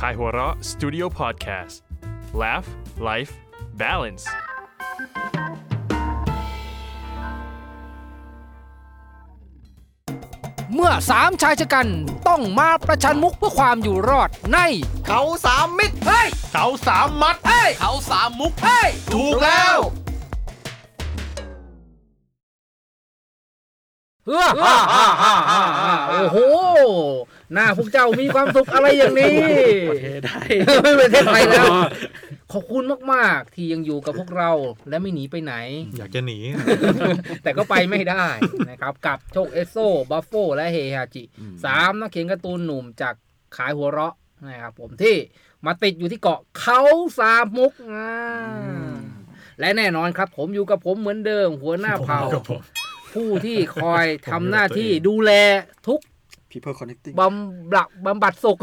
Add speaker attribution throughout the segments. Speaker 1: Kaihura Studio Podcast Laugh Life Balance
Speaker 2: เมื่อสามชายชะกันต้องมาประชันมุกเพื่อความอยู่รอดใน
Speaker 3: เขาสามมิตร
Speaker 2: เฮ้ย
Speaker 1: เสาสามมัด
Speaker 2: เฮ้ย
Speaker 4: เขาสามมุก
Speaker 2: เฮ้ย
Speaker 3: ถูกแล้ว
Speaker 2: เอออ่าอ่าอ่าอ่าอ่าโอ้โห หน้าพวกเจ้ามีความสุขอะไรอย่างนี้ ประเทศไทย ไม่ประเทศไทย แล้ว ขอบคุณมาก ๆ ที่ยังอยู่กับพวกเราและไม่หนีไปไหน
Speaker 5: อยากจะหนี
Speaker 2: แต่ก็ไปไม่ได้นะครับ กับโชคเอสโซบัฟโฟและเฮฮาจิสามนักเขียนการ์ตูนหนุ่มจากขายหัวเราะนะครับผมที่มาติดอยู่ที่เกาะเขาสามมุกอ่าและแน่นอนครับ ผมอยู่กับผมเหมือนเดิม หัวหน้าเผ่ า ผู้ที่คอยทำหน้าที่ดูแลทุก
Speaker 3: เพอร์คอนเนคติ้ง
Speaker 2: บำบัดบำบัดสุข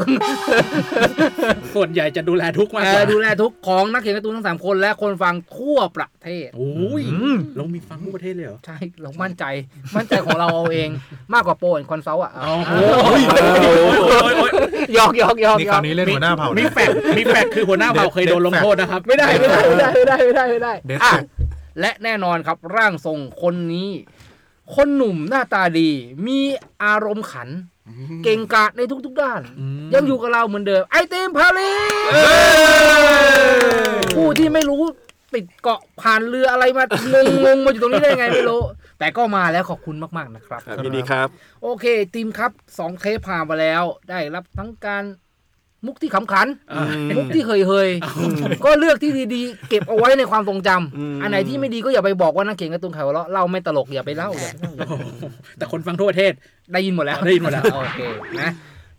Speaker 4: ส่วนใหญ่จะดูแลทุกข์มาก ก
Speaker 2: เอ
Speaker 4: ว่า
Speaker 2: อดูแลทุกของนักเขียนการ์ตูนทั้งสามคนและคนฟังทั่วประเทศ
Speaker 4: โอ้ยลงมีฟังทั่วประเทศเลยเหรอ
Speaker 2: ใช่เรามั่นใจ มั่นใจของเราเอาเองมากกว่าโปรแอนคอนเซิลอ่ะ
Speaker 4: โอ้โห
Speaker 2: หยอกหยอกหยอก
Speaker 5: นี่
Speaker 2: หย
Speaker 5: ค
Speaker 2: อ
Speaker 5: ราก วนี้เล่นหัวหน้าเผ่า
Speaker 4: มี
Speaker 5: นะ
Speaker 4: แฟกมีแฟกคือหัวหน้าเผ่าเคยโดนลงโทษนะครับ
Speaker 2: ไม่ได้ไม่ได้ไม่ได้ไม่ได้ไม่ได้ไม่ได้
Speaker 5: เดส
Speaker 2: อ่ะ
Speaker 5: เซ็ต
Speaker 2: และแน่นอนครับร่างทรงคนนี้ คนหนุ่มหน้าตาดี มีอารมณ์ขัน เก่งกาจในทุกๆด้าน
Speaker 4: อืม
Speaker 2: ยังอยู่กับเราเหมือนเดิม ไอติมพาลีผู้ที่ไม่รู้ติดเกาะผ่านเรืออะไรมาง งงงมาอยู่ตรงนี้ได้ยังไงไม่รู้ แต่ก็มาแล้วขอบคุณมากๆนะครับ
Speaker 6: ครับยินดีครับ
Speaker 2: โอเคทีมครับสองเทปผ่านมาแล้ว ได้รับทั้งการมุกที่ขำขัน มุกที่เคยเฮยก็เลือกที่ดีๆ เก็บเอาไว้ในความทรงจำ
Speaker 6: อืม
Speaker 2: อันไหนที่ไม่ดีก็อย่าไปบอกว่านักเขียนการ์ตูนเขาเลาะเล่าไม่ตลกอย่าไปเล่าอย่าไปเล่าอย่าไปเล่า
Speaker 4: โอ้โหแต่คนฟังทั่วประเทศ
Speaker 2: ได้ยินหมดแล้ว
Speaker 4: ได้ยินหมดแล้ว
Speaker 2: โอเคนะ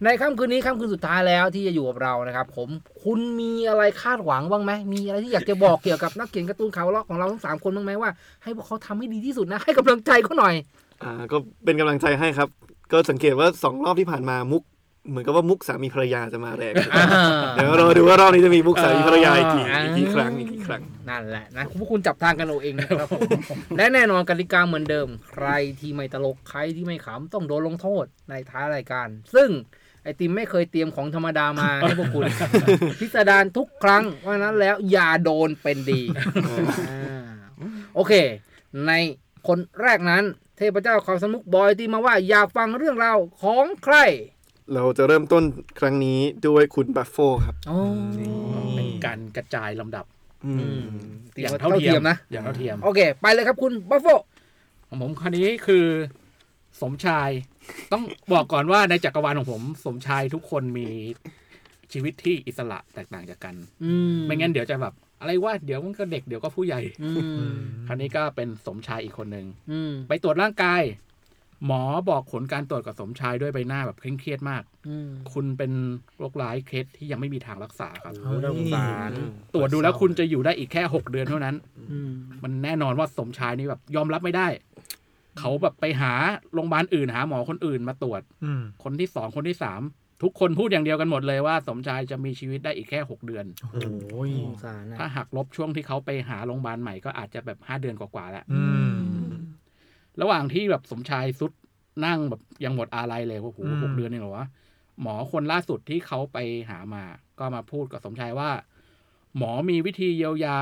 Speaker 2: ในค่ำคืนนี้ค่ำคืนสุดท้ายแล้วที่จะอยู่กับเรานะครับ ผมคุณมีอะไรคาดหวังบ้างไหมมีอะไรที่อยากจะบอกเกี่ยวกับนักเขียนการ์ตูนข่าวเลาะของเราทั้งสามคนบ้างไหมว่าให้พวกเขาทำให้ดีที่สุดนะให้กำลังใจเขาหน่อย
Speaker 6: อ่าก็เป็นกำลังใจให้ครับ ก็สังเกตว่าสองรอบที่ผ่านมามุก เหมือนกับว่ามุกสามีภรรยาจะมาแรงเดี๋ยวรอดูว่ารอบนี้จะมีมุกสามีภรรยาอีกกี่
Speaker 2: อ่า
Speaker 6: อีกกี่ครั้งอีกกี่ครั้ง
Speaker 2: นั่นแหละนะพวกคุณจับทางกันเอาเองนะครับผมและแน่นอนกติกาเหมือนเดิม ใครที่ไม่ตลกใครที่ไม่ขำต้องโดนลงโทษในท้ายรายการ ซึ่งไอติมไม่เคยเตรียมของธรรมดามาให้พวกคุณ พิสดารทุกครั้งเพราะฉะนั้นแล้วอย่าโดนเป็นดีอ่าโอเค ในคนแรกนั้น เทพเจ้าความสนุกบอยตีมาว่าอยากฟังเรื่องราวของใคร
Speaker 6: เราจะเริ่มต้นครั้งนี้ด้วยคุณบัฟโฟครับ
Speaker 2: อ๋อ
Speaker 4: เป็นการกระจายลำดับ
Speaker 6: อื
Speaker 2: อื
Speaker 6: ม
Speaker 2: ม
Speaker 4: อย่าง
Speaker 2: ว่
Speaker 4: เท่าเทียม
Speaker 2: นะ
Speaker 4: อย่างเท่าเทียม
Speaker 2: โอเค ไปเลยครับคุณบัฟโฟ
Speaker 4: ของผมคนนี้คือ สมชาย ต้องบอกก่อนว่าในจักรวาลของผม สมชายทุกคนมีชีวิตที่อิสระแตกต่างจากกัน
Speaker 2: อื
Speaker 4: ไม่งั้นเดี๋ยวจะแบบ อะไรว่าเดี๋ยวมันก็เด็กเดี๋ยวก็ผู้ใหญ่
Speaker 2: อืม
Speaker 4: คราวนี้ก็เป็นสมชายอีกคนหนึ่ง
Speaker 2: อืม
Speaker 4: ไปตรวจร่างกาย หมอบอกผลการตรวจกับสมชายด้วยใบหน้าแบบเคร่งเครียดมาก
Speaker 2: อืม
Speaker 4: คุณเป็นโรคร้ายเคสที่ยังไม่มีทางรักษาครับ
Speaker 5: เฮ้ย
Speaker 4: ตรวจดูแล้วคุณจะอยู่ได้อีกแค่หกเดือนเท่านั้น
Speaker 2: อืม
Speaker 4: มันแน่นอนว่าสมชายนี่แบบยอมรับไม่ได้ เขาแบบไปหาโรงพยาบาลอื่นหาหมอคนอื่นมาตรวจ
Speaker 5: อืม
Speaker 4: คนที่สองคนที่สามทุกคนพูดอย่างเดียวกันหมดเลยว่า สมชายจะมีชีวิตได้อีกแค่หกเดือน
Speaker 5: โอ้ย
Speaker 2: สงสารนะ
Speaker 4: ถ้าหักลบช่วงที่เขาไปหาโรงพยาบาลใหม่ก็อาจจะแบบห้าเดือนกว่าๆแล้ว
Speaker 5: อืม
Speaker 4: ระหว่างที่แบบสมชายสุดนั่งแบบยังหมดอะไรเลยว่าโอ้โห
Speaker 5: อืม
Speaker 4: หกเดือนเองเหรอวะหมอคนล่าสุดที่เขาไปหามา ก็มาพูดกับสมชายว่า หมอมีวิธีเยียวยา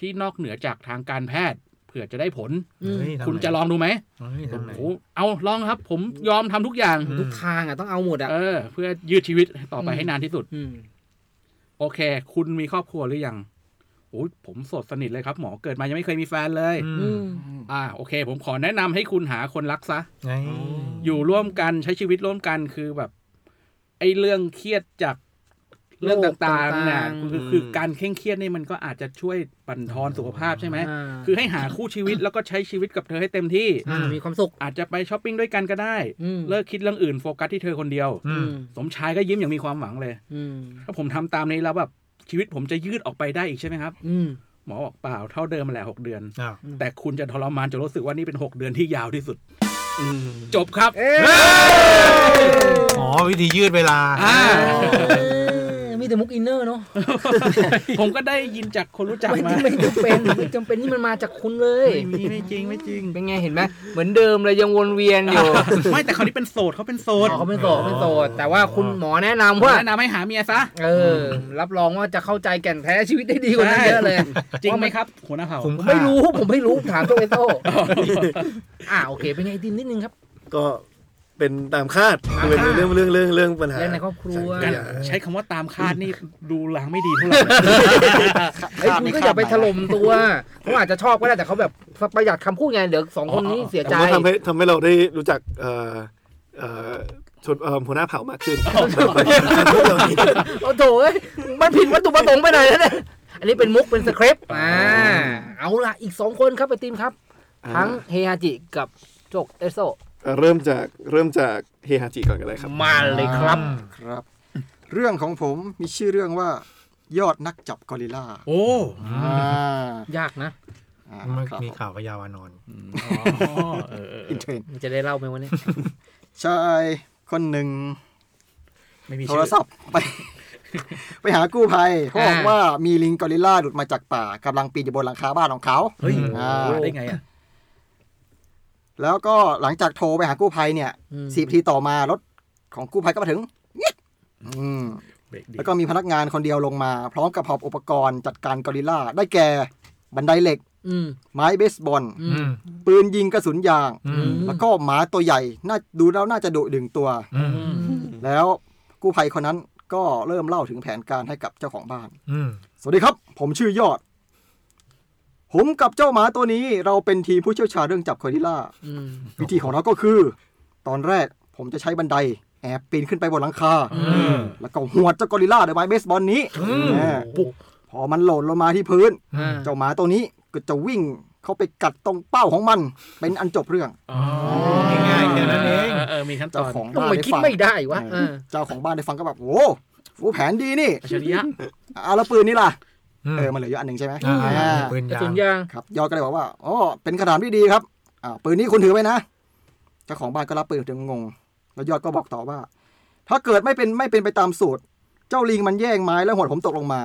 Speaker 4: ที่นอกเหนือจากทางการแพทย์เผื่อจะได้ผล
Speaker 2: อืม
Speaker 5: เฮ้ยทำไ
Speaker 4: คุณจะลองดูไหม
Speaker 5: เฮ้ย
Speaker 4: โอ้
Speaker 5: ทำไง
Speaker 4: โหเอาลองครับ ผมยอมทำทุกอย่าง
Speaker 5: อืม
Speaker 2: ทุกทางอ่ะต้องเอาหมดอ่ะ
Speaker 4: เออ เพื่อยืดชีวิตต่อไป
Speaker 2: อืม
Speaker 4: ให้นานที่สุด
Speaker 2: อืม
Speaker 4: โอเค คุณมีครอบครัวหรือยังโอ้ยผมโสดสนิทเลยครับ หมอเกิดมายังไม่เคยมีแฟนเลย
Speaker 5: อืม
Speaker 4: อ่าโอเค ผมขอแนะนำให้คุณหาคนรักซะ
Speaker 5: ไง
Speaker 4: อยู่ร่วมกันใช้ชีวิตร่วมกันคือแบบ ไอ้เรื่องเครียดจากเรื่องต่างๆนะคือคือการเคร่งเครียดนี่มันก็อาจจะช่วยบั่นทอนสุขภาพใช่ไหม
Speaker 2: อ่า
Speaker 4: คือให้หาคู่ชีวิตแล้วก็ใช้ชีวิตกับเธอให้เต็มที่
Speaker 2: อ่ามีความสุข
Speaker 4: อาจจะไปช้อปปิ้งด้วยกันก็ได้
Speaker 2: อืม
Speaker 4: เลิกคิดเรื่องอื่นโฟกัสที่เธอคนเดียว
Speaker 5: อื
Speaker 2: อื
Speaker 5: ม
Speaker 2: ม
Speaker 4: สมชายก็ยิ้มอย่างมีความหวังเลย
Speaker 2: อืม
Speaker 4: ถ้าผมทำตามนี้แล้วแบบชีวิตผมจะยืดออกไปได้อีกใช่ไหมครับ
Speaker 2: อืม
Speaker 4: หมอบอกเปล่าเท่าเดิมแหละหกเดือน
Speaker 5: อ้าว
Speaker 4: แต่คุณจะทรมานจนรู้สึกว่านี่เป็นหกเดือนที่ยาวที่สุดจบครับ
Speaker 2: เอ๊ะ
Speaker 5: อ๋อวิธียืดเวลา
Speaker 4: อ่า
Speaker 2: เออมี มีแต่มุกอินเนอร์เนาะ
Speaker 4: ผมก็ได้ยินจากคนรู้จัก
Speaker 2: ไม่
Speaker 4: มา
Speaker 2: ไม่จำเป็นไม่จำเป็นที่มันมาจากคุณเลย
Speaker 4: ไม่มีไม่จริงไม่จริง
Speaker 2: เป็นไงเห็นไหมเหมือนเดิมเลยยังวนเวียนอยู่
Speaker 4: ไม่แต่เขาวนี่เป็นโสดเขาเป็นโส
Speaker 2: อ๋
Speaker 4: ด
Speaker 2: อเขาเป็นโสดเขาเป็นโสดแต่ว่าคุณหมอแนะนำว่า
Speaker 4: แนะนำให้หาเมียซะ
Speaker 2: เออ รับรองว่าจะเข้าใจแก่นแท้ชีวิตได้ดีกว่านั้น
Speaker 4: ใช่
Speaker 2: เยอะเลย
Speaker 4: จริง
Speaker 2: ว่า
Speaker 4: ไหม
Speaker 2: น
Speaker 4: ครับหัวหน้าเผ่า
Speaker 5: คุ้ม
Speaker 2: ผม
Speaker 5: ค่า
Speaker 2: ไม่รู้ผมไม่รู้ถามตัวเอโต้อ่าโอเคเป็นไงไอติมนิดนึงครับ
Speaker 6: ก็เป็นตามคาดคือเป็นเรื่องเรื่องเรื่องเรื่องปัญหา
Speaker 2: เรื่องในครอบครัว
Speaker 6: สามีภ
Speaker 4: การ
Speaker 6: ยา
Speaker 4: ใช้คำว่าตามคาดนี่ดูล้างไม่ดีเท่าไหร่
Speaker 2: เฮ้ยคุณก็อย่าไปถล่มตัวเขาอาจจะชอบก็ได้แต่เขาแบบประหยัดคำพูดไงเดี๋ยวสองคนนี้เสียใจ
Speaker 6: แต่ว่าทำให้ทำให้เราได้รู้จักเอ่อเอ่อชนเอ่อหัวหน้าเผ่ามากขึ้น
Speaker 2: โอ้โถเอ้ยมันผิดวัตถุประสงค์ไปไหนแล้วเนี่ยอันนี้เป็นมุกเป็นสคริปต์อ่าเอาละอีกสองคนครับไอติมครับ ทั้งเฮฮาจิกับโจกเอโซ
Speaker 6: อ่าเริ่มจากเริ่มจากเฮฮาจิก่อนกันเลยครับ
Speaker 2: มาเลยครับ
Speaker 3: ครับ เรื่องของผมมีชื่อเรื่องว่า ยอดนักจับกอริลลา
Speaker 4: โอ้
Speaker 5: อื
Speaker 3: อ่าม
Speaker 2: ยากนะ
Speaker 3: อ่า
Speaker 5: มัน
Speaker 3: ครับ
Speaker 5: มีข่าวพยาวานอน
Speaker 3: อินเทรนด์
Speaker 2: มันจะได้เล่าไหมวันนี้
Speaker 3: ชายคนหนึ่ง
Speaker 4: ไม่มี
Speaker 3: โท
Speaker 4: ชื่
Speaker 3: ร
Speaker 4: อ
Speaker 3: ศัพท์ไป ไปหากู้ภัยเขาบอก
Speaker 2: อ่า
Speaker 3: ว่ามีลิงกอริลลาหลุดมาจากป่ากำลังปีนอยู่บนหลังคาบ้านของเขา
Speaker 4: เฮ้ย
Speaker 3: อ่า
Speaker 4: ได้ไงอ่ะ
Speaker 3: แล้วก็หลังจากโทรไปหากู้ภัยเนี่ย
Speaker 2: อืม
Speaker 3: สิบนาทีต่อมารถของกู้ภัยก็มาถึงเงียบอืม
Speaker 4: เบรดี
Speaker 3: แล้วก็มีพนักงานคนเดียวลงมา พร้อมกับหอบอุปกรณ์จัดการกอริลลาได้แก่ บันไดเหล็ก
Speaker 2: อืม
Speaker 3: ไม้เบสบอล
Speaker 2: อืม
Speaker 3: ปืนยิงกระสุนยาง
Speaker 5: อืม
Speaker 3: แล้วก็หมาตัวใหญ่น่าดูแล้วน่าจะดุดึงตัว
Speaker 5: อืม
Speaker 2: อืม
Speaker 3: แล้วกู้ภัยคนนั้นก็เริ่มเล่าถึงแผนการให้กับเจ้าของบ้าน
Speaker 5: อืม
Speaker 3: สวัสดีครับ ผมชื่อยอด ผมกับเจ้าหมาตัวนี้เราเป็นทีมผู้เชี่ยวชาญเรื่องจับกอริลลา
Speaker 2: อืม
Speaker 3: วิธีของเราก็คือ ตอนแรกผมจะใช้บันได แอบปีนขึ้นไปบนหลังคา แล้วก็หวดเจ้ากอริลลาด้วยไม้เบสบอลนี้แน่ปุ๊บพอมันหล่นลงมาที่พื้น
Speaker 2: อ่า
Speaker 3: เจ้าหมาตัวนี้ก็จะวิ่งเข้าไปกัดตรงเป้าของมัน เป็นอันจบเรื่อง
Speaker 4: อ๋อ
Speaker 5: ง่ายๆแค่นั้นเอง
Speaker 4: เออมีขั้นต
Speaker 3: เจ้า
Speaker 4: อน
Speaker 3: ของ
Speaker 2: ทำ
Speaker 3: บ้าน
Speaker 2: ไม
Speaker 3: ได้
Speaker 2: คิด
Speaker 3: ฟัง
Speaker 2: ไม่ได้วะเออ
Speaker 3: เจ้าของบ้านได้ฟังก็แบบโอ้โหแผนดีนี่
Speaker 4: อัจฉริยะ
Speaker 3: อาแล้วปืนนี่ล่ะ
Speaker 5: ม
Speaker 3: เออมันเหลืออยู่อันหนึ่งใช่ไหม
Speaker 5: อ่า
Speaker 3: อ่า
Speaker 5: ปืน
Speaker 2: กระ
Speaker 5: ยา
Speaker 2: สุ
Speaker 5: ง
Speaker 2: นยาง
Speaker 3: ครับยอดก็เลยบอกว่าอ๋อเป็นคำถามที่ดีครับอ่าปืนนี้คุณถือไว้นะเจ้าของบ้านก็รับปืนถึงงง แล้วยอดก็บอกต่อว่า ถ้าเกิดไม่เป็นไม่เป็นไปตามสูตร เจ้าลิงมันแย่งไม้แล้วหัวผมตกลงมา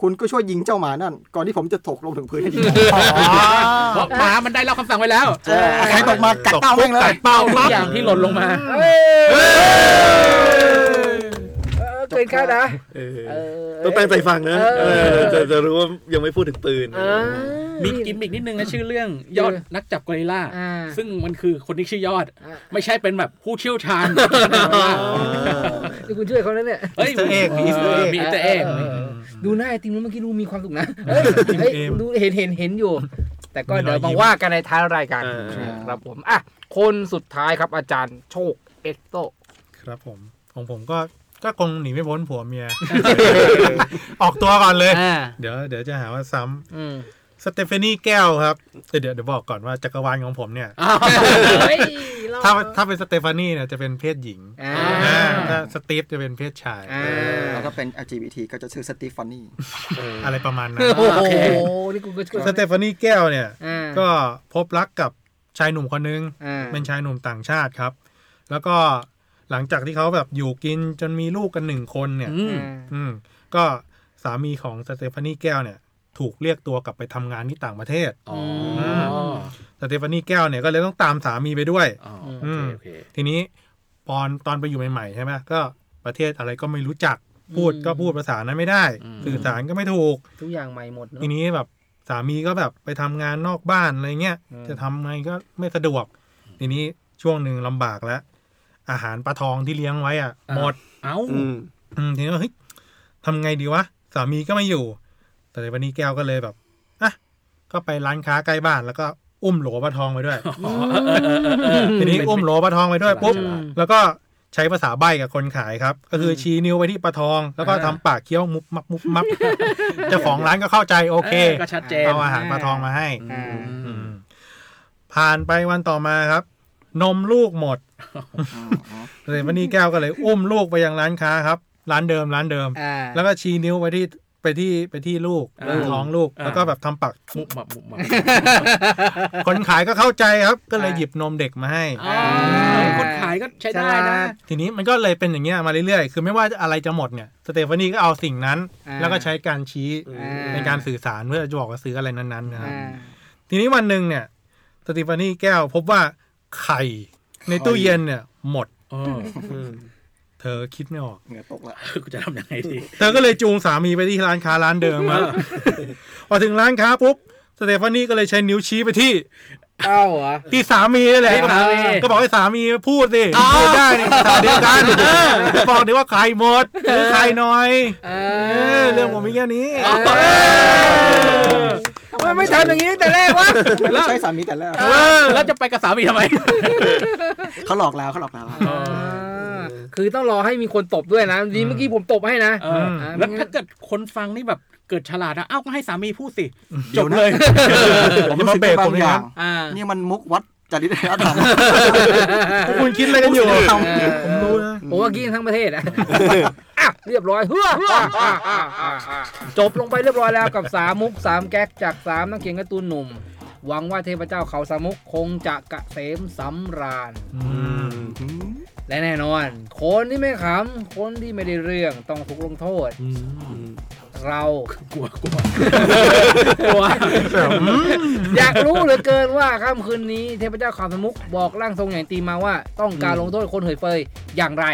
Speaker 3: คุณก็ช่วยยิงเจ้าหมานั่น ก่อนที่ผมจะตกลงถึงพื้นให้ดี
Speaker 4: เพราะหมามันได้รับคำสั่งไว้แล้ว
Speaker 3: ใครตกมากัดเต้าแม่งเลย
Speaker 4: เป้าทุกอย่างที่หล่นลงมา
Speaker 2: เอ้ยเออเกินคาดนะ
Speaker 6: เออ
Speaker 2: เออ
Speaker 6: ต้องตั้งใจฟังนะ
Speaker 2: เออ
Speaker 6: เออจะจะรู้ว่ายังไม่พูดถึงปืน
Speaker 2: อ่า
Speaker 4: มีกิมมิกนิดนึงนะชื่อเรื่องยอดนักจับกอริลลา
Speaker 2: อ่า
Speaker 4: ซึ่งมันคือคนที่ชื่อยอด
Speaker 2: อ่า
Speaker 4: ไม่ใช่เป็นแบบผู้เชี่ยวชาญ
Speaker 2: นี่คุณช่วยเขาแล้วเนี่ย
Speaker 4: เฮ้ย
Speaker 5: Easter egg มี Easter egg
Speaker 4: มีอิสเตอร์เอ็ก
Speaker 2: ดูหน้าไอติมแล้วเมื่อกี้ดูมีความสุขนะเอ้ยเอ้ย
Speaker 5: เกม
Speaker 2: ดูเห็นเห็นเห็นอยู่ แต่ก็
Speaker 5: มีรอย
Speaker 2: เดี๋ยวมา
Speaker 5: ยิ้ม
Speaker 2: ว่ากันในท้ายรายการ
Speaker 6: เออ
Speaker 2: ครับผมอ่ะคนสุดท้ายครับอาจารย์โชคเอสโต
Speaker 5: ครับผม ของผมก็ก็คงหนีไม่พ้นผัวเมีย ออกตัวก่อนเลย
Speaker 2: อ่า
Speaker 5: เดี๋ยวเดี๋ยวจะหาว่าซ้
Speaker 2: อืม
Speaker 5: ำสเตฟานีแก้วครับแต่เดี๋ยวเดี๋ยวบอกก่อนว่าจักรวาลของผมเนี่ย
Speaker 2: เฮ้ยเร
Speaker 5: ถ้าถ้าเป็นสเตฟานีเนี่ยจะเป็นเพศหญิง
Speaker 2: อ่า
Speaker 5: อ่าถ้าสตีฟจะเป็นเพศชาย
Speaker 2: อ่า
Speaker 3: แล้วก็เป็น LGBT ก็จะชื่อสตีฟานี่
Speaker 5: อะไรประมาณ นั้น
Speaker 2: โอ้โหนี่กูก็ช่วย
Speaker 5: สเตฟานีแก้วเนี่ย
Speaker 2: อ่า
Speaker 5: ก็พบรักกับชายหนุ่มคนนึง
Speaker 2: อ่า
Speaker 5: เป็นชายหนุ่มต่างชาติครับ แล้วก็หลังจากที่เขาแบบอยู่กินจนมีลูกกันหนึ่งคนเนี่ย อืมก็สามีของสเตฟานีแก้วเนี่ย ถูกเรียกตัวกลับไปทำงานที่ต่างประเทศ สเตฟานีแก้วเนี่ยก็เลยต้องตามสามีไปด้วย อืมทีนี้ปอนตอนไปอยู่ใหม่ๆใช่ไหมก็ประเทศอะไรก็ไม่รู้จัก พูด
Speaker 2: อืม
Speaker 5: ก็พูดภาษานั้นไม่ได้ สื่อสารก็ไม่ถูก
Speaker 2: ทุกอย่างใหม่หมดเนอะ
Speaker 5: ทีนี้แบบสามีก็แบบไปทำงานนอกบ้านอะไรเงี้ย
Speaker 2: อืม
Speaker 5: จะทำไงก็ไม่สะดวก ทีนี้ช่วงหนึ่งลำบากแล้ว อาหารปลาทองที่เลี้ยงไว้อ่ะ
Speaker 4: อ่า
Speaker 5: หมด
Speaker 4: เอ้า
Speaker 6: อืม
Speaker 5: อืมทีนี้ก็เฮ้ยทำไงดีวะ สามีก็ไม่อยู่ แต่ในวันนี้แก้วก็เลยแบบอ่ะก็ไปร้านค้าใกล้บ้านแล้วก็อุ้มโหลปลาทองไปด้วย ทีนี้อุ้มโหลปลาทองไปด้วยปุ๊บ แล้วก็ใช้ภาษาใบ้กับคนขายครับ ก็คืออชี้นิ้วไปที่ปลาทอง แล้วก็ทำปากเคี้ยวมุบมับมุบมับเจ้าของร้านก็เข้าใจโอเค
Speaker 4: ก็ชัดเจน
Speaker 5: เอาอาหารปลาทองมาให้
Speaker 2: อ่า
Speaker 5: อืมผ่านไปวันต่อมาครับ นมลูกหมดเลยวันนี้แก้วก็เลย อุ้มลูกไปยังร้านค้าครับ ร้านเดิมร้านเดิม
Speaker 2: อ่า
Speaker 5: แล้วก็ชี้นิ้วไปที่ ไปที่ไปที่ลูก
Speaker 4: อ่า
Speaker 5: เรื่องท้องลูก
Speaker 4: อ่า
Speaker 5: แล้วก็แบบทำปาก
Speaker 4: มุกหมับมุกหมับ
Speaker 5: คนขายก็เข้าใจครับ ก็เลยหยิบนมเด็กมาให้
Speaker 4: อ๋อคนขายก็ใช้ได้นะ
Speaker 5: ทีนี้มันก็เลยเป็นอย่างเงี้ยมาเรื่อยๆ คือไม่ว่าอะไรจะหมดเนี่ย สเตฟานีก็เอาสิ่งนั้น
Speaker 2: อ่า
Speaker 5: แล้วก็ใช้การชี้
Speaker 2: อ่า
Speaker 5: ในการสื่อสารเพื่อจะบอกว่าซื้ออะไรนั้นๆนะครับ
Speaker 2: อ่า
Speaker 5: ทีนี้วันหนึ่งเนี่ย สเตฟานีแก้วพบว่าไข่ในตู้เย็นเนี่ยหมด
Speaker 4: เออ
Speaker 5: เธอคิดไม่ออก
Speaker 3: เหงื่อตกละ
Speaker 4: กูจะทำยังไงดี
Speaker 5: เธอก็เลยจูงสามีไปที่ร้านค้าร้านเดิม มา พอถึงร้านค้าปุ๊บ สเตฟานีก็เลยใช้นิ้วชี้ไปที่
Speaker 2: เอ้าเหรอ
Speaker 5: ที่สามีนั่นแหละ
Speaker 2: ที่สามี
Speaker 5: ก็บอกให้สามีพูดสิพูดได้ในภาษาเดียวกันบอกดีว่าใครหมดหรือใครน้อย
Speaker 2: เอ
Speaker 5: เออเรื่องผมมีแค่นี้
Speaker 2: ไม่ไม่ทำอย่างนี้ตั้งแต่แรกวะ
Speaker 3: ทำไมไม่ใช่สามีแต่แรก
Speaker 5: อ
Speaker 4: แล้วจะไปกับสามีทำไม
Speaker 3: เขาหลอกเราเขาหลอกเรา
Speaker 4: เออ
Speaker 2: คือต้องรอให้มีคนตบด้วยนะดีเมื่อกี้ผมตบให้นะ
Speaker 4: เออ
Speaker 2: อ่า
Speaker 4: แล้วถ้าเกิดคนฟังนี่แบบเกิดฉลาดนะเอ้าก็ให้สามีพูดสิ จบเลย
Speaker 5: ผมรู้สึกบางอย่าง
Speaker 2: อ่า
Speaker 3: นี่มันมุกวัดจริยธรรม
Speaker 5: พ วกคุณคิดอะไรกันอยู่
Speaker 3: ผม
Speaker 2: เออ
Speaker 5: ผมรู้นะ
Speaker 2: ผมว่ากินทั้งประเทศอะอ่ะเรียบร้อยเฮ้ออ่ะอ่ะอ่ะอ่ะอ่ะจบลงไปเรียบร้อยแล้วกับสามมุกสามแก๊กจากสามนักเขียนการ์ตูนหนุ่ม หวังว่าเทพเจ้าเขาสามมุกคงจะกะเกษมสำราญ และแน่นอน คนที่ไม่ขำ คนที่ไม่ได้เรื่องต้องถูกลงโทษ เรา
Speaker 4: กลัวกลัว
Speaker 2: กลัว อยากรู้เหลือเกินว่าค่ำคืนนี้เทพเจ้าขาวสมุกบอกร่างทรงใหญ่ตีมาว่า ต้องการลงโทษคนเหยเฟยอย่างไร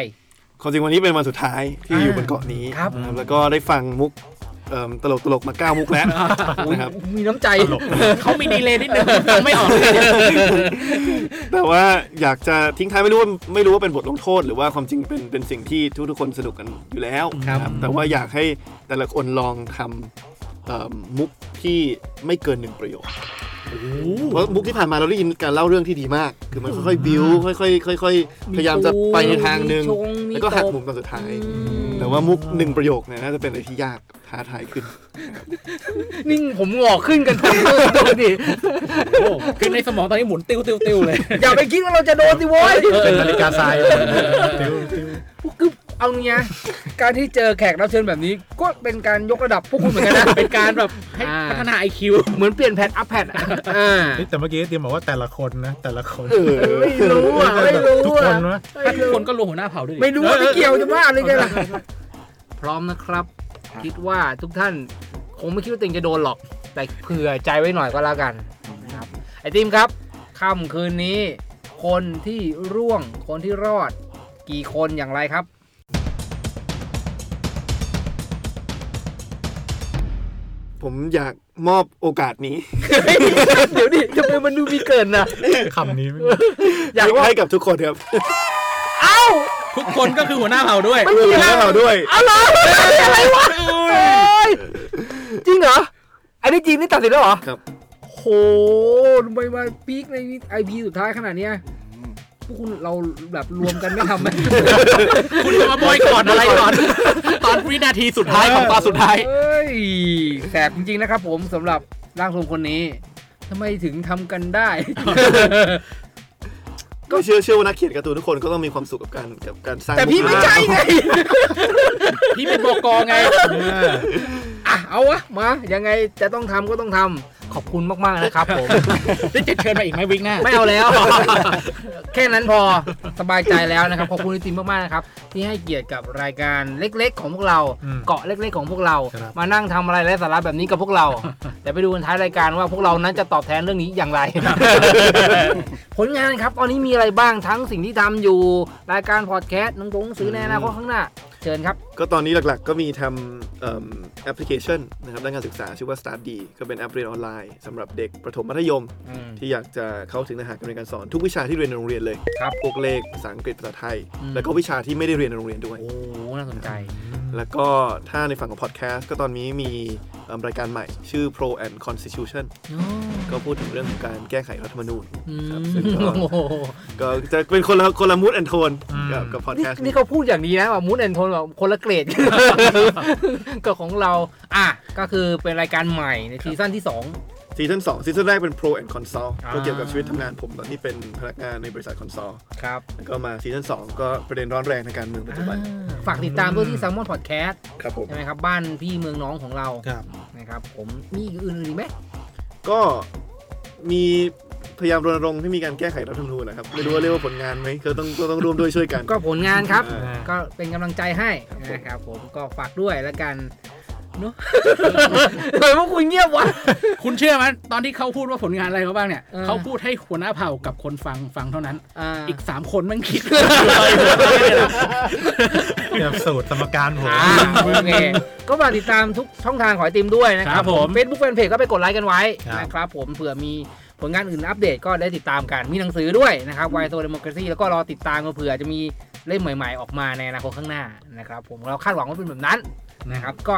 Speaker 6: ความจริงวันนี้เป็นวันสุดท้ายที่
Speaker 2: อ่า
Speaker 6: อยู่บนเกาะนี้
Speaker 2: ครับ
Speaker 6: นะครับแล้วก็ได้ฟังมุกเอิ่มตลกตลกๆมาเก้ามุกแล้วนะครับ
Speaker 2: มีน้ำใจ
Speaker 4: เขามีดีเลย์นิดนึงฟังไม่ออกเลย
Speaker 6: แต่ว่าอยากจะทิ้งท้ายไม่รู้ว่าไม่รู้ว่าเป็นบทลงโทษ หรือว่าความจริงเป็นเป็นสิ่งที่ทุกทุกๆคนสนุกกันอยู่แล้ว
Speaker 2: ครับ
Speaker 6: นะแต่ว่าอยากให้แต่ละคนลองทำเอิ่มมุกที่ไม่เกินหนึ่งประโยคเพราะมุกที่ผ่านมาเราได้ยินการเล่าเรื่องที่ดีมาก คือมันค่อยๆบิวค่อยๆค่อยๆพยายามจะไปในทางหนึ่ง
Speaker 2: มีชงมี
Speaker 6: แล้วก็หัก
Speaker 2: ตบ
Speaker 6: มุมตอนสุดท้าย
Speaker 2: อืม
Speaker 6: แต่ว่ามุกหนึ่งประโยคเนี่ยน่าจะเป็นอะไรที่ยากท้าทายขึ้น
Speaker 2: นิ่งผมหงอกขึ้นกันทั้งเลยดูดิ
Speaker 4: โอ้คือในสมองตอนนี้หมุนติ้วติ้วติ้วเลย
Speaker 2: อย่าไปคิดว่าเราจะโดนสิโว้ย
Speaker 5: เป็นนาฬิกาทรายติ้วติ้ว
Speaker 2: คือเอาเนี้ยการที่เจอแขกรับเชิญแบบนี้ ก็เป็นการยกระดับพวกคุณเหมือนกันนะ
Speaker 4: เป็นการแบบให้
Speaker 2: อ่า
Speaker 4: พัฒนาไอคิว
Speaker 2: เหมือนเปลี่ยนแพทอัพแพทอ่า
Speaker 5: เฮ้ยแต่เมื่อกี้ติมบอกว่าแต่ละคนนะ แต่ละคน
Speaker 2: ไม่รู้อ่ะไม่รู้
Speaker 5: ทุกค
Speaker 2: อ่ะ
Speaker 5: นวะ
Speaker 4: ถ้าทุกคนก็รวมหัวหน้าเผ่าด้วยดิ
Speaker 2: ไม่รู้ว่าไม่เกี่ยวจะว่าอะไรกันล่ะพร้อมนะครับ คิดว่าทุกท่านคงไม่คิดว่าตัวเองจะโดนหรอก แต่เผื่อใจไว้หน่อยก็แล้วกันนะครับไอติมครับค่ำคืนนี้ คนที่ร่วงคนที่รอด กี่คนอย่างไรครับ
Speaker 6: ผมอยากมอบโอกาสนี้
Speaker 2: เดี๋ยวดิทำไมมันดูมีเกินนะ
Speaker 5: คำนี้ไม่
Speaker 2: อยากว่า
Speaker 6: ให้กับทุกคนครับ
Speaker 2: เอ้า
Speaker 4: ทุกคนก็คือหัวหน้าเผ่าด้วย
Speaker 2: ไม่กี่
Speaker 6: ให้
Speaker 2: นะ
Speaker 6: เราด้วย
Speaker 2: เอาเหรออะไรวะเอ้ยจริงเหรออันนี้จริงนี่ตัดสินแล้วเหรอ โหทำไมมาพีคในไอพีสุดท้ายขนาดเนี้ยพวกคุณเราแบบรวมกันไม่ ทำไหม
Speaker 4: คุณจะมาบอยก่อนอะไรก่อน ตอนวินาทีสุดท้ายของตอนสุดท้าย
Speaker 2: เอ้ยแสบจริงๆนะครับผมสำหรับร่างทรงคนนี้ทำไมถึงทำกันได้
Speaker 6: ก็เชื่อเชื่อว่านักเขียนการ์ตูนทุกคนก็ต้องมีความสุขกับการกับการสร้าง
Speaker 2: แต่พี่
Speaker 6: ก
Speaker 2: ไม่ใช่ไง
Speaker 4: พี่เป็นบกไง
Speaker 2: อ่ะเอาวะมา ยังไงจะต้องทำก็ต้องทำขอบคุณมากๆนะครับผม
Speaker 4: ได้จะเชิญมาอีกไหมวิกหน้า
Speaker 2: ไม่เอาแล้ว แค่นั้นพอสบายใจแล้วนะครับขอบคุณจริงๆมากๆนะครับ ที่ให้เกียรติกับรายการเล็กๆ ของพวกเรา
Speaker 5: อืม
Speaker 2: เกาะเล็กๆของพวกเรา
Speaker 5: ครับ
Speaker 2: มานั่งทำอะไรไร้สาระแบบนี้กับพวก เรา แต่ไปดูกันท้ายรายการว่าพวกเรานั้นจะตอบแทนเรื่องนี้อย่าง ไร ผลงานครับ ตอนนี้มีอะไรบ้างทั้งสิ่งที่ทำอยู่ รายการพอดแคสต์หนังตรงสือในอนาคตข้างหน้า เชิญครับ
Speaker 6: ก็ตอนนี้หลักๆ ก็มีทำเอิ่มแอปพลิเคชันนะครับด้านการศึกษาชื่อว่า Start D ก็เป็นแอปเรียนออนไลน์สำหรับเด็กประถมมัธยม
Speaker 2: อืม
Speaker 6: ที่อยากจะเข้าถึงเนื้อหาการเรียนการสอนทุกวิชาที่เรียนในโรงเรียนเลย
Speaker 2: ครับ
Speaker 6: พวกเลขภาษาอังกฤษภาษาไทย
Speaker 2: อืม
Speaker 6: แล้วก็วิชาที่ไม่ได้เรียนในโรงเรียนด้วย
Speaker 2: โอ้น่าสนใจ
Speaker 6: แล้วก็ถ้าในฝั่งของพอดแคสต์ก็ตอนนี้มีเอิ่มรายการใหม่ชื่อ Pro and Constitution ก็พูดถึงเรื่องของการแก้ไขรัฐธรรมนูญ
Speaker 2: อื
Speaker 6: ครั
Speaker 2: ม
Speaker 6: บซึ่งก็
Speaker 2: โอ้โห
Speaker 6: ก็จะเป็นคนละคนละมูดแอนโทนกับกับพอด
Speaker 2: นี่
Speaker 6: แคสต์
Speaker 2: นี่เขาพูดอย่างนี้นะแบบมูดแอนโทนแบบคนละเกร ด กับของเรา อ่ะก็คือเป็นรายการใหม่ในซีซั่นที่สอง
Speaker 6: ซีซั่นสองซีซั่นแรกเป็น Pro and Consult
Speaker 2: อ่า
Speaker 6: ก็เกี่ยวกับชีวิตทำงานผมตอนที่เป็นพนักงานในบริษัท Consult
Speaker 2: ครับ
Speaker 6: แล้วก็มาซีซั่นสองก็ประเด็นร้อนแรงทางการเมืองปัจจุบัน
Speaker 2: ฝากติดตามด้วยที่ซัมมอนพอดแคสต์
Speaker 6: ครับผม
Speaker 2: ใช่ไหมครับบ้านพี่เมืองน้องของเรา
Speaker 5: ครับ
Speaker 2: นะครับผมมีอื่นๆอีกไหม
Speaker 6: ก็มีพยายามรณรงค์ให้มีการแก้ไขรัฐธรรมนูญนะครับ ไม่รู้ว่าเรียกว่าผลงานไหมก็ต้องก็ต้องร่วมด้วยช่วยกัน
Speaker 2: ก็ผลงานครับ
Speaker 6: อ่า
Speaker 2: ก็เป็นกำลังใจให้นะครับผมก็ฝากด้วยแล้วกันเนาะ ทำไมพวกคุณเงียบวะ
Speaker 4: คุณเชื่อไหมตอนที่เขาพูดว่าผลงานอะไรเขาบ้างเนี่ย
Speaker 2: เออ
Speaker 4: เขาพูดให้หัวหน้าเผ่ากับคนฟังฟังเท่านั้น
Speaker 2: อ่า
Speaker 4: อีกสามคนแมันคิด
Speaker 5: แบบสูตรสมการผม
Speaker 2: อ่าโอเคก็ฝากติดตามทุกช่องทางของไอติมด้วยนะค
Speaker 4: ค
Speaker 2: รั
Speaker 4: รั
Speaker 2: บบ
Speaker 4: ผม
Speaker 2: เฟซบุ๊กแฟนเพจก็ไปกดไลค์กันไว้
Speaker 5: ครับ
Speaker 2: นะครับผมเผื่อมีผลงานอื่นอัปเดตก็ได้ติดตามกัน มีหนังสือด้วยนะครับวายโซเดโม c r a c y แล้วก็รอติดตามกันเผื่อจะมีเล่มใหม่ๆ ออกมาในอนาคตข้างหน้านะครับผมเราคาดหวังว่าเป็นแบบนั้นนะครับก็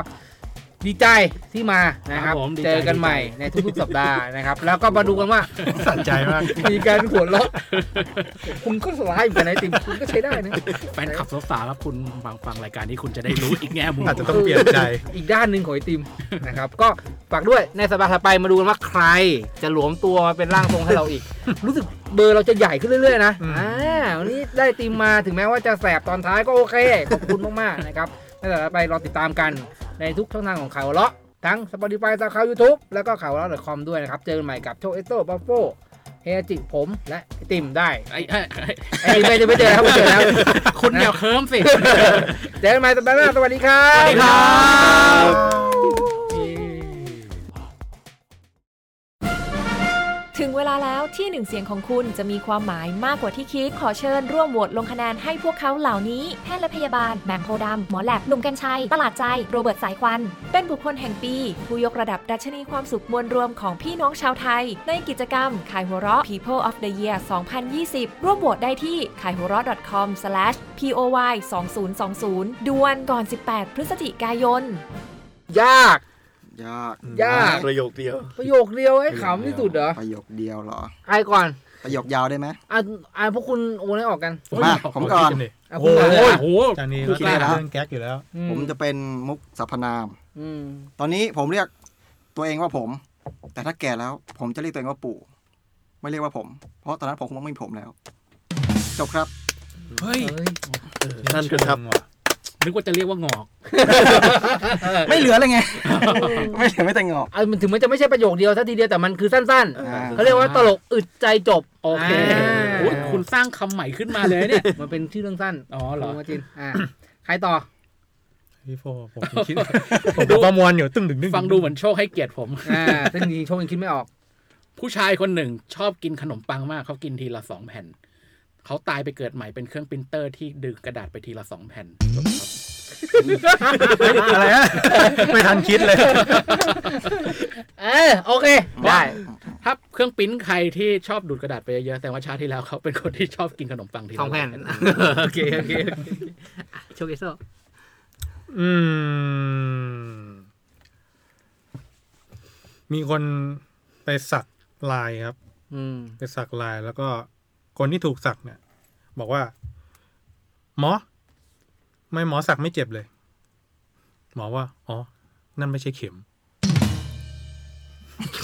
Speaker 2: ดีใจที่มานะครั
Speaker 4: ครับ บผมดีใจ
Speaker 2: เจอกันใหม่ในทุกๆสัปดาห์นะครับแล้วก็มาดูกันว่า
Speaker 5: สัใจมาก
Speaker 2: มีการหัวเราะ คุณก็สไลด์เหมือนกันไอติมคุณก็ใช้ได้นะ
Speaker 4: แฟนขับสาวๆครับคุณฟังฟังรายการนี้คุณจะได้รู้อีกแง่มุม
Speaker 5: อาจจะต้องเปลี่ยนใจ
Speaker 2: อีกด้านหนึ่งของไอติม นะครับ ก็ฝากด้วยในสัปดาห์ถัดไปมาดูกันว่าใคร จะหลวมตัวมาเป็นร่างทรงให้เราอีก รู้สึกเบอร์เราจะใหญ่ขึ้นเรื่อยๆนะ
Speaker 5: อืม
Speaker 2: อ่าวันนี้ได้ไอติมมาถึงแม้ว่าจะแสบตอนท้ายก็โอเค ขอบคุณมากๆนะครับในสัปดาห์ถัดไปรอติดตามกันในทุกช่องทางของข่าวหัวเลาะทั้ง Spotify ซาวคาวยูทูบแล้วก็ข่าวหัวเลาะ .com ด้วยนะครับ เจอกันใหม่กับโชคเอสโต้บัฟโฟเฮจิผมและไอติมได้
Speaker 4: ไอ้ไอ้ไอ้
Speaker 2: ไอติมไม่ได้ไม่เจอแล้วไม่เจอแล้ว
Speaker 4: คุณอย่าเคิร์มสิ
Speaker 2: เจอกันใหม่สัปดาห์หน้าสวัสดีครับ
Speaker 4: สวัสดีครับ
Speaker 7: ถึงเวลาแล้วที่หนึ่งเสียงของคุณจะมีความหมายมากกว่าที่คิด ขอเชิญร่วมโหวตลงคะแนนให้พวกเขาเหล่านี้ แพทย์และพยาบาลแหม่มโพธิ์ดำ หมอแหลบหนุ่มกัญชัย ตลาดใจ โรเบิร์ตสายควัน เป็นบุคคลแห่งปี ผู้ยกระดับดัชนีความสุขมวลรวมของพี่น้องชาวไทย ในกิจกรรมขายหัวเราะ People of the Year 2020 ร่วมโหวตได้ที่ขายหัวเราะ .com/poy 2020ด่วนก่อน 18 พฤศจิกายน
Speaker 2: ยาก
Speaker 3: ยาก
Speaker 2: ยาก
Speaker 6: ประโยคเดียว
Speaker 2: ประโยคเดียวไอ้ขำที่สุดเหรอ
Speaker 3: ประโยคเดียวเหรอ
Speaker 2: ใครก่อน
Speaker 3: ประโยคยาวได้ไหม
Speaker 2: อ่ะอ่ะพวกคุณโอนให้ออกกัน
Speaker 3: มาผมก่อน
Speaker 2: อ่ะ
Speaker 5: โอ้
Speaker 2: คุณก่อนเลย
Speaker 5: โห
Speaker 2: อ่ะ
Speaker 4: โอ้โห
Speaker 5: จานนี้
Speaker 3: คุณกล้า
Speaker 5: เรื่องแก๊กอยู่แล้ว
Speaker 2: อื
Speaker 3: ผมจะเป็นมุกสรรพนาม
Speaker 2: อืม
Speaker 3: ตอนนี้ผมเรียกตัวเองว่าผม แต่ถ้าแก่แล้วผมจะเรียกตัวเองว่าปู่ ไม่เรียกว่าผม เพราะตอนนั้นผมคงไม่มีผมแล้ว จบครับ
Speaker 4: เฮ้ย
Speaker 2: เฮ้ย
Speaker 6: นั่นคือครับ
Speaker 4: นึกว่าจะเรียกว่างอก
Speaker 3: ไม่เหลือเลยไง ไม่เหลือไม่แต่งอก
Speaker 2: เอามันถึงมันจะไม่ใช่ประโยคเดียวซะทีเดียวแต่มันคือสั้น
Speaker 3: อ่า
Speaker 2: ๆเขาเรียกว่าตลกอึดใจจบ
Speaker 4: โอเค
Speaker 2: า
Speaker 4: โอ้ยคุณสร้างคำใหม่ขึ้นมาเลยเนี่ย
Speaker 2: มันเป็นชื่อเรื่องสั้น
Speaker 4: อ๋อเหรอ
Speaker 2: คุณมาจินอ่าใครต่อ
Speaker 5: พี่โฟผมคิด ผมก็ประมวลอยู่ตึ้งดึงดึง
Speaker 4: ฟังดูเหมือนโชคให้เกียรติผม
Speaker 2: อ่าซึ่งจริงๆโชคยังคิดไม่ออก
Speaker 4: ผู้ชายคนหนึ่งชอบกินขนมปังมากเขากินทีละสองแผ่น เขาตายไปเกิดใหม่เป็นเครื่องปรินเตอร์ที่ดึงกระดาษไปทีละสองแผ่นจบครับ
Speaker 5: อะไรนะไม่ทันคิดเลย
Speaker 2: เออโอเค ได้
Speaker 4: ถ้าเครื่องปริ้นใครที่ชอบดูดกระดาษไปเยอะๆแต่ว่าชาติที่แล้วเขาเป็นคนที่ชอบกินขนมปังทีละ
Speaker 2: สองแผ่น โอเค โอเคโอเคอ่ะโชคเอสโซ
Speaker 5: อืม มีคนไปสักลายครับ
Speaker 2: อืม
Speaker 5: ไปสักลายแล้วก็คนที่ถูกสักเนี่ย บอกว่า หมอ ไม่หมอสักไม่เจ็บเลย หมอว่า อ๋อ นั่นไม่ใช่เข็ม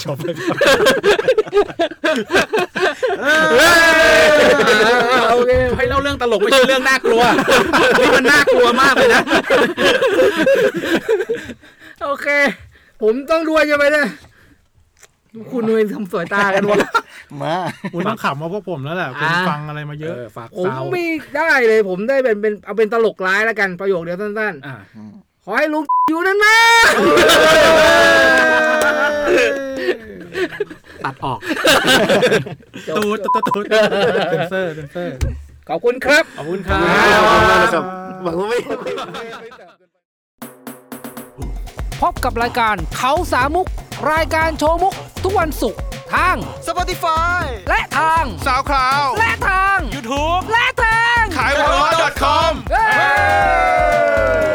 Speaker 5: จบเลยครับ
Speaker 2: อ่าโอเค
Speaker 4: ให้เล่าเรื่องตลกไม่ใช่เรื่องน่ากลัว นี่มันน่ากลัวมากเลยนะ
Speaker 2: โอเค ผมต้องรวยใช่ไหมเนี่ยคุณนุ้ยทำสวยตากันวะ
Speaker 3: มา
Speaker 5: คุณต้องขำมาพวกผมแล้วแหละคุณ
Speaker 2: อ่า
Speaker 5: ฟังอะไรมาเย
Speaker 4: เย
Speaker 5: อะ
Speaker 4: อะฝาก
Speaker 2: ผม
Speaker 4: ซาว
Speaker 2: ไม่ได้เลย ผมได้เป็นเป็นเอาเป็นตลกร้ายแล้วกันประโยคเดียวสั้น
Speaker 4: อ่ะ
Speaker 2: ๆ ขอให้ลุง อยู่นั่นนะ
Speaker 4: ตัดออก
Speaker 5: ตูดตูดตูดตูดเซนเซอร์เซนเซอร์
Speaker 2: ขอบคุณครับ
Speaker 4: ขอบคุณครับ
Speaker 6: นะครับหวังว่าไม่
Speaker 2: พบกับรายการเขาสามุก รายการโชว์มุก ทุกวันศุกร์ทาง
Speaker 1: Spotify
Speaker 2: และทาง
Speaker 1: SoundCloud
Speaker 2: และทาง
Speaker 1: YouTube
Speaker 2: และทาง
Speaker 1: ขายหัวเราะ .com
Speaker 2: เฮ้ย